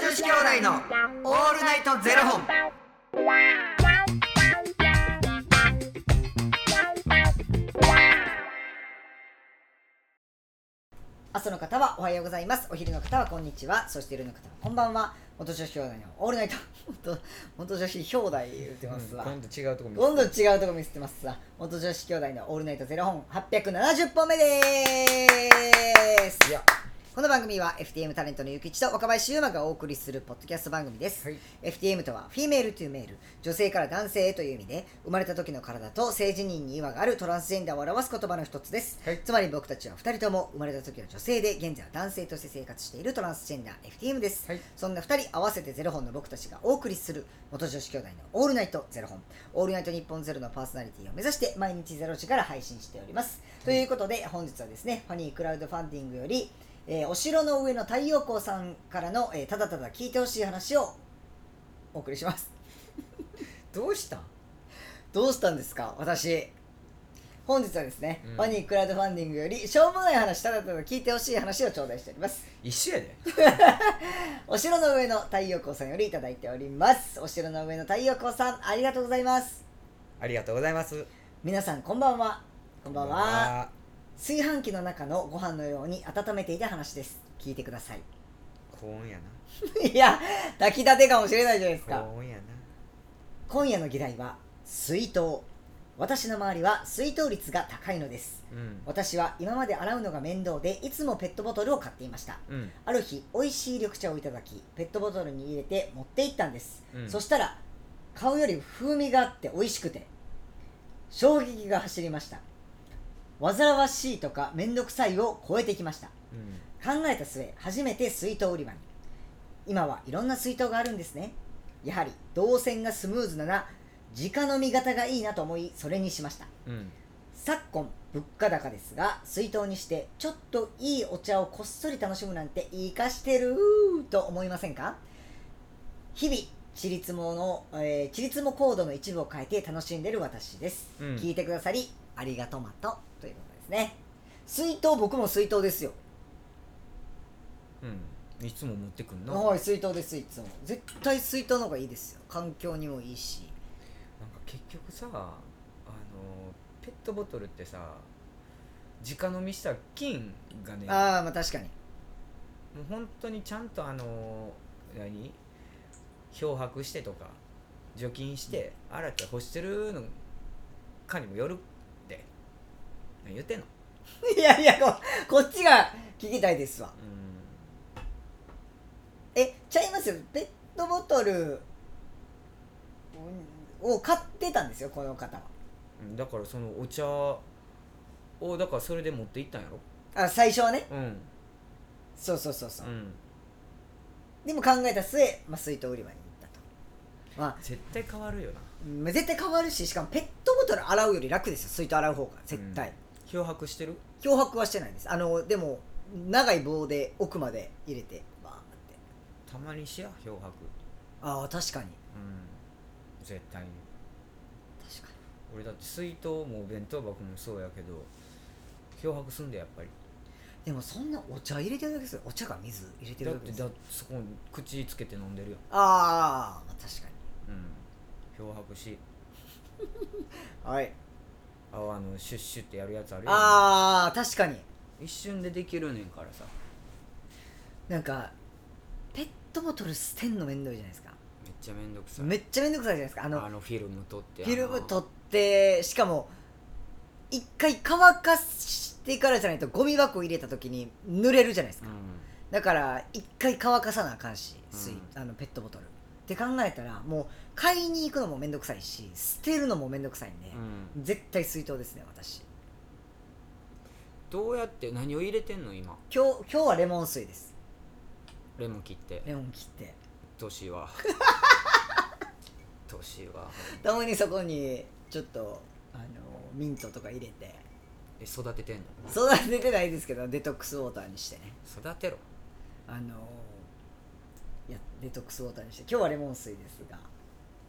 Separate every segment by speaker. Speaker 1: 子兄弟のオールナイトゼロ本。
Speaker 2: 朝の方はおはようございますお昼の方はこんにちはそして夜の方はこんばんは元女子兄弟のオールナイト 元元女子兄弟言ってますわ、
Speaker 1: 今度違うとこ見
Speaker 2: どんどん違うとこ見せてますわ元女子兄弟のオールナイトゼロ本870本目でーす
Speaker 1: いや
Speaker 2: この番組は FTM タレントのゆきちと若林優馬がお送りするポッドキャスト番組です、
Speaker 1: はい
Speaker 2: FTM とはフィメールというメール女性から男性へという意味で生まれた時の体と性自認に違和があるトランスジェンダーを表す言葉の一つです、
Speaker 1: はい
Speaker 2: つまり僕たちは2人とも生まれた時は女性で現在は男性として生活しているトランスジェンダー FTM です、
Speaker 1: はい
Speaker 2: そんな2人合わせてゼロ本の僕たちがお送りする元女子兄弟のオールナイトゼロ本オールナイト日本ゼロのパーソナリティを目指して毎日ゼロ時から配信しております、ということで本日はですねファニークラウドファンディングより、えーお城の上の太陽光さんからの、えーただただ聞いてほしい話をお送りします
Speaker 1: どうした
Speaker 2: どうしたんですか私本日はですね、
Speaker 1: うん
Speaker 2: ファニークラウドファンディングよりしょうもない話ただただ聞いてほしい話を頂戴しております
Speaker 1: 一緒やで
Speaker 2: お城の上の太陽光さんよりいただいておりますお城の上の太陽光さんありがとうございます
Speaker 1: ありがとうございます
Speaker 2: 皆さんこんばんはこんばんは
Speaker 1: あ
Speaker 2: 炊飯器の中のご飯のように温めていた話です聞いてください
Speaker 1: 高温やない
Speaker 2: や炊きたてかもしれないじゃないですか
Speaker 1: 高温やな
Speaker 2: 今夜の議題は水筒私の周りは水筒率が高いのです
Speaker 1: うん
Speaker 2: 私は今まで洗うのが面倒でいつもペットボトルを買っていました
Speaker 1: うん
Speaker 2: ある日美味しい緑茶をいただきペットボトルに入れて持って行ったんです、
Speaker 1: うん
Speaker 2: そしたら顔より風味があって美味しくて衝撃が走りました煩わしいとか面倒くさいを超えてきました
Speaker 1: うん
Speaker 2: 考えた末初めて水筒売り場に今はいろんな水筒があるんですねやはり動線がスムーズなら直飲み型がいいなと思いそれにしました
Speaker 1: うん
Speaker 2: 昨今物価高ですが水筒にしてちょっといいお茶をこっそり楽しむなんて生かしてると思いませんか日々ちりつもの、えー、ちりつもコードの一部を変えて楽しんでる私です、
Speaker 1: うん
Speaker 2: 聞いてくださりありがとまとということですね水筒僕も水筒ですよ
Speaker 1: うんいつも持ってくんななん
Speaker 2: は
Speaker 1: か
Speaker 2: い水筒ですいつも絶対水筒の方がいいですよ環境にもいいし
Speaker 1: 結局さあのペットボトルってさ直飲みした菌がね
Speaker 2: ああまあ確かに
Speaker 1: もう本当にちゃんとあの何漂白してとか除菌して洗って干してるのかにもよるって何言ってんの
Speaker 2: いやいやここっちが聞きたいですわえちゃいますよペットボトルを買ってたんですよこの方は
Speaker 1: うんだからそのお茶をだからそれで持って行ったんやろ
Speaker 2: あ最初はね
Speaker 1: うん
Speaker 2: そうそうそうそう、
Speaker 1: うん
Speaker 2: でも考えた末、まあ、水筒売り場に行ったとまあ
Speaker 1: 絶対変わるよな
Speaker 2: うん絶対変わるししかもペットボトル洗うより楽ですよ水筒洗う方が絶対、
Speaker 1: うん漂白してる
Speaker 2: 漂白はしてないですあのでも長い棒で奥まで入れてバーって
Speaker 1: たまにしや漂白
Speaker 2: ああ確かに
Speaker 1: うん絶対に
Speaker 2: 確かに
Speaker 1: 俺だって水筒も弁当箱もそうやけど漂白すんでやっぱり
Speaker 2: でもそんなお茶入れてるだけですよお茶が水入れてる
Speaker 1: だ
Speaker 2: だ
Speaker 1: っ
Speaker 2: けで
Speaker 1: て
Speaker 2: す
Speaker 1: だ
Speaker 2: よ
Speaker 1: ってそこに口つけて飲んでるよ、
Speaker 2: ああ、まあ、確か
Speaker 1: うん、漂白し
Speaker 2: にはい
Speaker 1: ああのシュッシュってやるやつあるよ
Speaker 2: ああ確かに
Speaker 1: 一瞬でできるねんからさ
Speaker 2: なんかペットボトル捨てんのめんどいじゃないですか
Speaker 1: めっちゃめんどくさい
Speaker 2: めっちゃめんどくさいじゃないですかあ
Speaker 1: あ
Speaker 2: の
Speaker 1: のフィルム取って
Speaker 2: フィルム
Speaker 1: っ
Speaker 2: 取ってしかも一回乾かしてからじゃないとゴミ箱入れた時に濡れるじゃないです
Speaker 1: う
Speaker 2: か、
Speaker 1: ん
Speaker 2: だから一回乾かさなあかんし水、
Speaker 1: うん
Speaker 2: あのペットボトルって考えたらもう買いに行くのもめんどくさいし捨てるのもめんどくさいんで、
Speaker 1: うん
Speaker 2: 絶対水筒ですね私
Speaker 1: どうやって何を入れてんの今
Speaker 2: 今日今日はレモン水です
Speaker 1: レモン切って
Speaker 2: レモン切って
Speaker 1: 年 は年は
Speaker 2: たまにそこにちょっとあのミントとか入れて
Speaker 1: え育ててんの
Speaker 2: 育ててないですけどデトックスウォーターにしてね
Speaker 1: 育てろ
Speaker 2: あのいやデトックスウォーターにして今日はレモン水ですが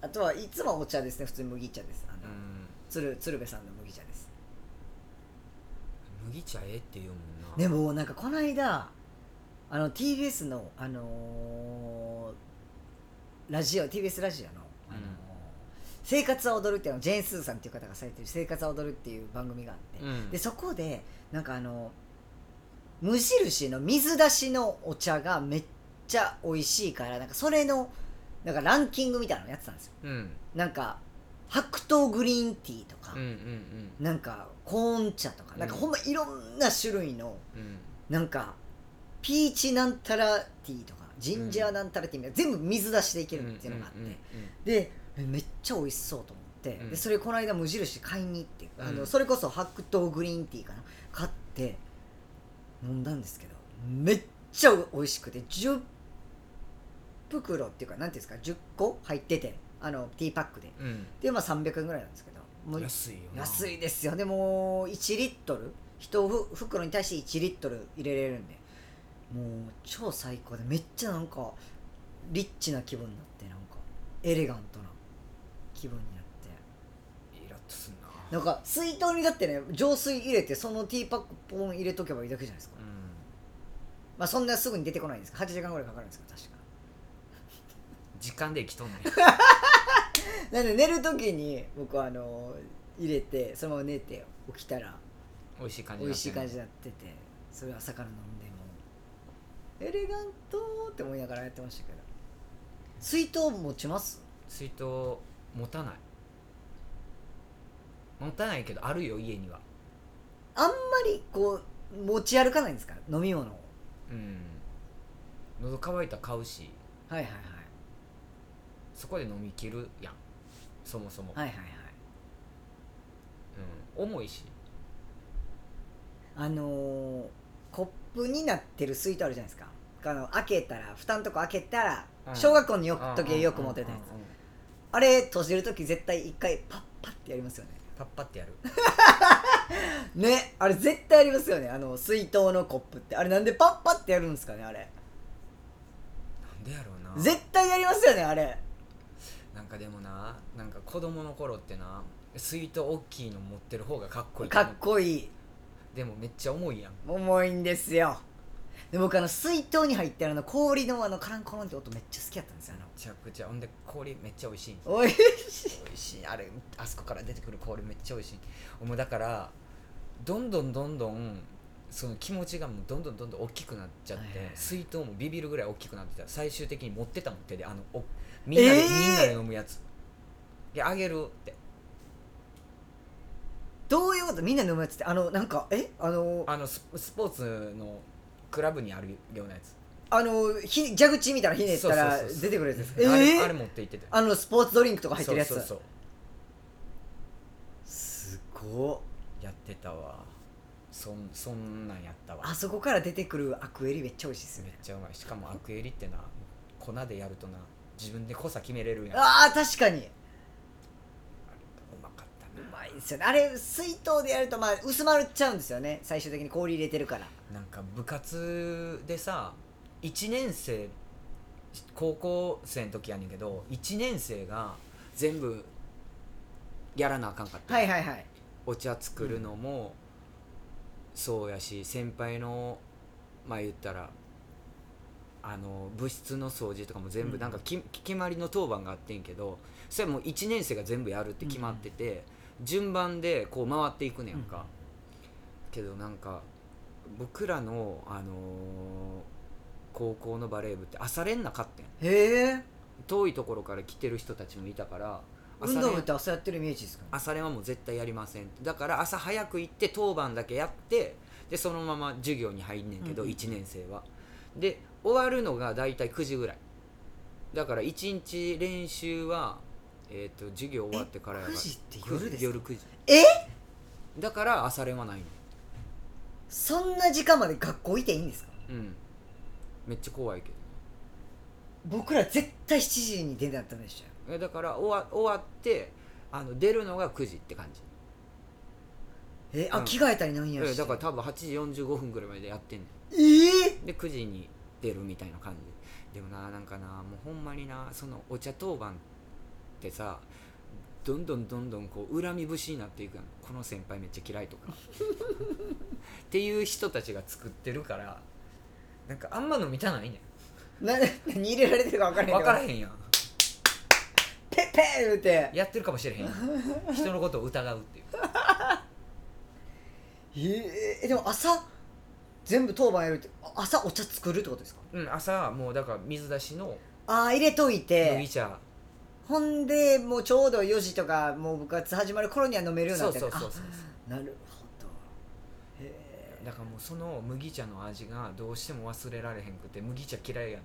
Speaker 2: あとはいつもお茶ですね普通に麦茶ですあ
Speaker 1: う
Speaker 2: の、
Speaker 1: ん
Speaker 2: 鶴鶴瓶さんの麦茶です
Speaker 1: 麦茶ええって言うもんな
Speaker 2: でもなんかこの間あの TBS のあのーラジオ TBS ラジオのあの、生活は踊る」っていうのジェーン・スーさんっていう方がされてる「生活は踊る」っていう番組があって、
Speaker 1: うん
Speaker 2: でそこでなんかあの無印の水出しのお茶がめっちゃ美味しいからなんかそれのなんかランキングみたいなのやってたんですよ
Speaker 1: うん
Speaker 2: なんか白桃グリーンティーとか、
Speaker 1: うんうん
Speaker 2: なんかコーン茶とかなんか
Speaker 1: うん
Speaker 2: ほんまいろんな種類の
Speaker 1: うんうん
Speaker 2: なんかピーチなんたらティーとかジンジャーなんたらティーみたいな、全部水出しでいけるっていうのがあって、
Speaker 1: うんうん
Speaker 2: でえめっちゃ美味しそうと思って、
Speaker 1: うん
Speaker 2: でそれこの間無印買いに行って、あ
Speaker 1: う
Speaker 2: の
Speaker 1: ん
Speaker 2: それこそ白桃グリーンティーかな買って飲んだんですけどめっちゃ美味しくて10袋っていうかなんていうんですか10個入っててあのティーパックで
Speaker 1: うんうん
Speaker 2: でまあ300円ぐらいなんですけども
Speaker 1: うん
Speaker 2: う
Speaker 1: 安いよな
Speaker 2: 安いですよでもう1リットル1ふ袋に対して1リットル入れれるんでもう超最高でめっちゃなんかリッチな気分になってなんかエレガントな気分になって
Speaker 1: イラッとすんな
Speaker 2: なんか水筒にだってね浄水入れてそのティーパックポン入れとけばいいだけじゃないですか、
Speaker 1: うん
Speaker 2: まあそんなすぐに出てこないんですか8時間ぐらいかかるんですか確か
Speaker 1: 時間で来とんね ん
Speaker 2: なんで寝る時に僕はあの入れてそのまま寝て起きたら
Speaker 1: 美味しい感じ
Speaker 2: 美
Speaker 1: にな
Speaker 2: 味
Speaker 1: っ
Speaker 2: してい
Speaker 1: ん
Speaker 2: 感じになっててそれ朝から飲んでもうエレガントって思いながらやってましたけど水筒持ちます
Speaker 1: 水筒持たない持たないけどあるよ家には
Speaker 2: あんまりこう持ち歩かないんですか飲み物を
Speaker 1: うん喉乾いたら買うし
Speaker 2: はいはいはい
Speaker 1: そこで飲み切るやんそもそも、
Speaker 2: はいはいはい
Speaker 1: うん、重いし
Speaker 2: あのーコップになってる水筒あるじゃないですかあの開けたら蓋のとこ開けたら、
Speaker 1: うん
Speaker 2: 小学校のよく時よく持ってたやつ、
Speaker 1: うんうんうんうん
Speaker 2: あれ閉じる時絶対一回パッパッてやりますよね
Speaker 1: パッパってやる
Speaker 2: ねあれ絶対ありますよねあの水筒のコップってあれなんでパッパッてやるんですかねあれ
Speaker 1: なんでやろうな
Speaker 2: 絶対やりますよねあれ
Speaker 1: なんかでもななんか子供の頃ってな水筒大きいの持ってる方がかっこいいと
Speaker 2: か
Speaker 1: 思う
Speaker 2: っこいい
Speaker 1: でもめっちゃ重いやん
Speaker 2: 重いんですよで僕あの水筒に入ってるあの氷のあのカランコロンって音めっちゃ好きだったんですよ
Speaker 1: めちゃくちゃほんで氷めっちゃ美味しい
Speaker 2: あのおい
Speaker 1: 美味しいあれあそこから出てくる氷めっちゃ美味しいもうだからどんどんどんどんその気持ちがもうどんどんどんどん大きくなっちゃっ
Speaker 2: はいはい
Speaker 1: て
Speaker 2: はい
Speaker 1: 水筒もビビるぐらい大きくなってた最終的に持ってたもん手であのおみんなで、
Speaker 2: えー
Speaker 1: みんなで飲むやつであげるって
Speaker 2: どういうことみんな飲むやつってあのなんかえあのあ
Speaker 1: あのススポーツのクラブにあるようなやつ
Speaker 2: のひ蛇口みたいなのひねったら
Speaker 1: そうそうそうそう
Speaker 2: 出てくるやつですか
Speaker 1: あれ
Speaker 2: えー
Speaker 1: あれ持って行ってたよ
Speaker 2: あのスポーツドリンクとか入ってるやつ
Speaker 1: そうそうそう
Speaker 2: すごい
Speaker 1: やってたわそんそんなんやったわ
Speaker 2: あそこから出てくるアクエリめっちゃ美味しいですよ
Speaker 1: めっ
Speaker 2: ね
Speaker 1: ちゃうまいしかもアクエリってな粉でやるとな自分で濃さ決めれるやんあれ
Speaker 2: あー確かに
Speaker 1: うまかった
Speaker 2: う
Speaker 1: な
Speaker 2: まいですよねあれ水筒でやるとまあ薄まっちゃうんですよね最終的に氷入れてるから
Speaker 1: なんか部活でさ1年生高校生の時やねんけど1年生が全部やらなあかんかった、
Speaker 2: はいはいはい
Speaker 1: お茶作るのもそうやし先輩のまあ言ったらあの部室の掃除とかも全
Speaker 2: う
Speaker 1: 部
Speaker 2: ん
Speaker 1: なんかき、決まりの当番があってんけどそれもう1年生が全部やるって決まってて、順番でこう回っていくねんか、
Speaker 2: うん
Speaker 1: けどなんか僕らの、あのー高校のバレー部って朝練なかってん
Speaker 2: へえ
Speaker 1: 遠いところから来てる人たちもいたから朝
Speaker 2: 運
Speaker 1: 練
Speaker 2: 動部って朝やってるイメージですか
Speaker 1: 朝練はもう絶対やりませんだから朝早く行って当番だけやってでそのまま授業に入んねんけど、
Speaker 2: うんうん
Speaker 1: 1年生はで終わるのが大体9時ぐらいだから1日練習は、えー、と授業終わってからや
Speaker 2: え
Speaker 1: ら
Speaker 2: 9時って夜ですか
Speaker 1: 夜9時
Speaker 2: え
Speaker 1: だから朝練はないの
Speaker 2: そんな時間まで学校いていいんですか
Speaker 1: うんめっちゃ怖いけど
Speaker 2: 僕ら絶対7時に出なったんでしょ
Speaker 1: えだから終わ終わってあの出るのが9時って感じ
Speaker 2: えあ、
Speaker 1: うん
Speaker 2: 着替えたりなんや
Speaker 1: え
Speaker 2: して
Speaker 1: だから多分8時45分ぐらいまでやってんねん
Speaker 2: えー、
Speaker 1: で9時に出るみたいな感じでもななんかなもうほんまになそのお茶当番ってさどんどんどんどんこう恨み節になっていくやんこの先輩めっちゃ嫌いとかっていう人たちが作ってるからなんかあんま飲みたないね
Speaker 2: な何入れられてるか分からへん
Speaker 1: ん
Speaker 2: けど
Speaker 1: 分からへんやん
Speaker 2: ペー言うて
Speaker 1: やってるかもしれへん人のことを疑うっていう
Speaker 2: えーでも朝全部当番やるってあ朝お茶作るってことですか
Speaker 1: うん朝はもうだから水出しの
Speaker 2: ああ入れとい
Speaker 1: 麦
Speaker 2: て
Speaker 1: 茶、
Speaker 2: ほんでもうちょうど4時とかもう部活始まる頃には飲めるように
Speaker 1: そ
Speaker 2: なっ
Speaker 1: う
Speaker 2: て
Speaker 1: そうそうそう
Speaker 2: あなるほどへえ
Speaker 1: だからもうその麦茶の味がどうしても忘れられへんくて麦茶嫌いやね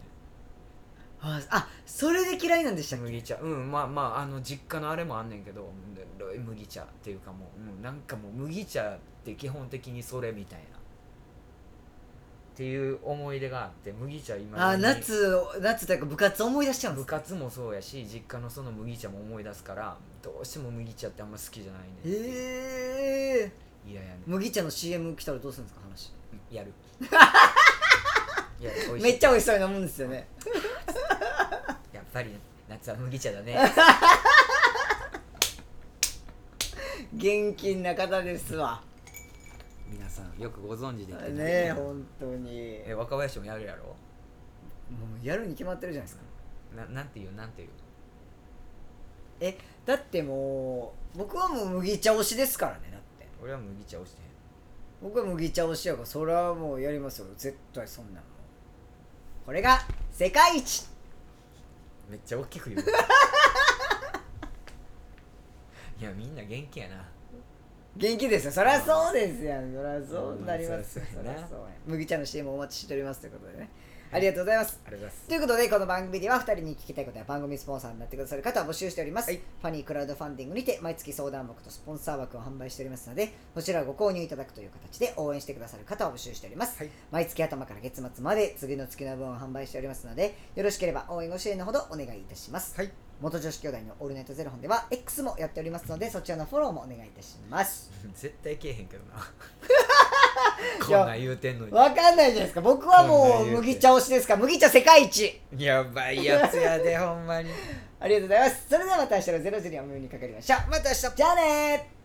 Speaker 2: ああそれで嫌いなんでしたっ
Speaker 1: ん
Speaker 2: け
Speaker 1: 麦茶うんまあまああの実家のあれもあんねんけどぬるい麦茶っていうかもう、うん、なんかもう麦茶って基本的にそれみたいなっていう思い出があって麦茶今
Speaker 2: あー夏夏というか部活思い出しちゃうんで
Speaker 1: 部
Speaker 2: すか
Speaker 1: 活もそうやし実家のその麦茶も思い出すからどうしても麦茶ってあんま好きじゃないね
Speaker 2: へえ
Speaker 1: 嫌やね
Speaker 2: 麦茶の CM 来たらどうするんですか話
Speaker 1: やる やる美味しい
Speaker 2: めっちゃ美味しそうに飲むんですよね
Speaker 1: やっぱり夏は麦茶 だね
Speaker 2: 元気な方ですわ
Speaker 1: 皆さんよくご存知でいただいて
Speaker 2: ねえ本当に
Speaker 1: え若林もやるやろ
Speaker 2: もうやるに決まってるじゃないですか
Speaker 1: ななんていうなんていう
Speaker 2: えだってもう僕はもう麦茶推しですからねだって
Speaker 1: 俺は麦茶をしてへん
Speaker 2: 僕は麦茶推しやからそれはもうやりますよ絶対そんなのこれが世界一
Speaker 1: めっちゃ大きく言う いやみんな元気やな
Speaker 2: 元気ですよそりゃそうですやんそりゃそうなりますよそ
Speaker 1: まあそ
Speaker 2: り
Speaker 1: うですよね
Speaker 2: ゃそうや麦茶の CM お待ちしておりますということでねありがとうございます
Speaker 1: ありがとうございます
Speaker 2: ということでこの番組では2人に聞きたいことや番組スポンサーになってくださる方を募集しております、ファニークラウドファンディングにて毎月相談枠とスポンサー枠を販売しておりますのでこちらをご購入いただくという形で応援してくださる方を募集しております、
Speaker 1: はい
Speaker 2: 毎月頭から月末まで次の月の分を販売しておりますのでよろしければ応援ご支援のほどお願いいたします、
Speaker 1: はい
Speaker 2: 元女子兄弟のオールナイトゼロ本では X もやっておりますのでそちらのフォローもお願いいたします
Speaker 1: 絶対けえへんけどな
Speaker 2: いや
Speaker 1: こんなん言うてんのに
Speaker 2: わかんないじゃないですか僕は
Speaker 1: こん
Speaker 2: も
Speaker 1: な
Speaker 2: う
Speaker 1: 言うて
Speaker 2: 麦茶推しですから麦茶世界一
Speaker 1: やばいやつやでほんまに
Speaker 2: ありがとうございます。それではまた明日の0時にお目にかかりましょう。また明日。じゃあねー。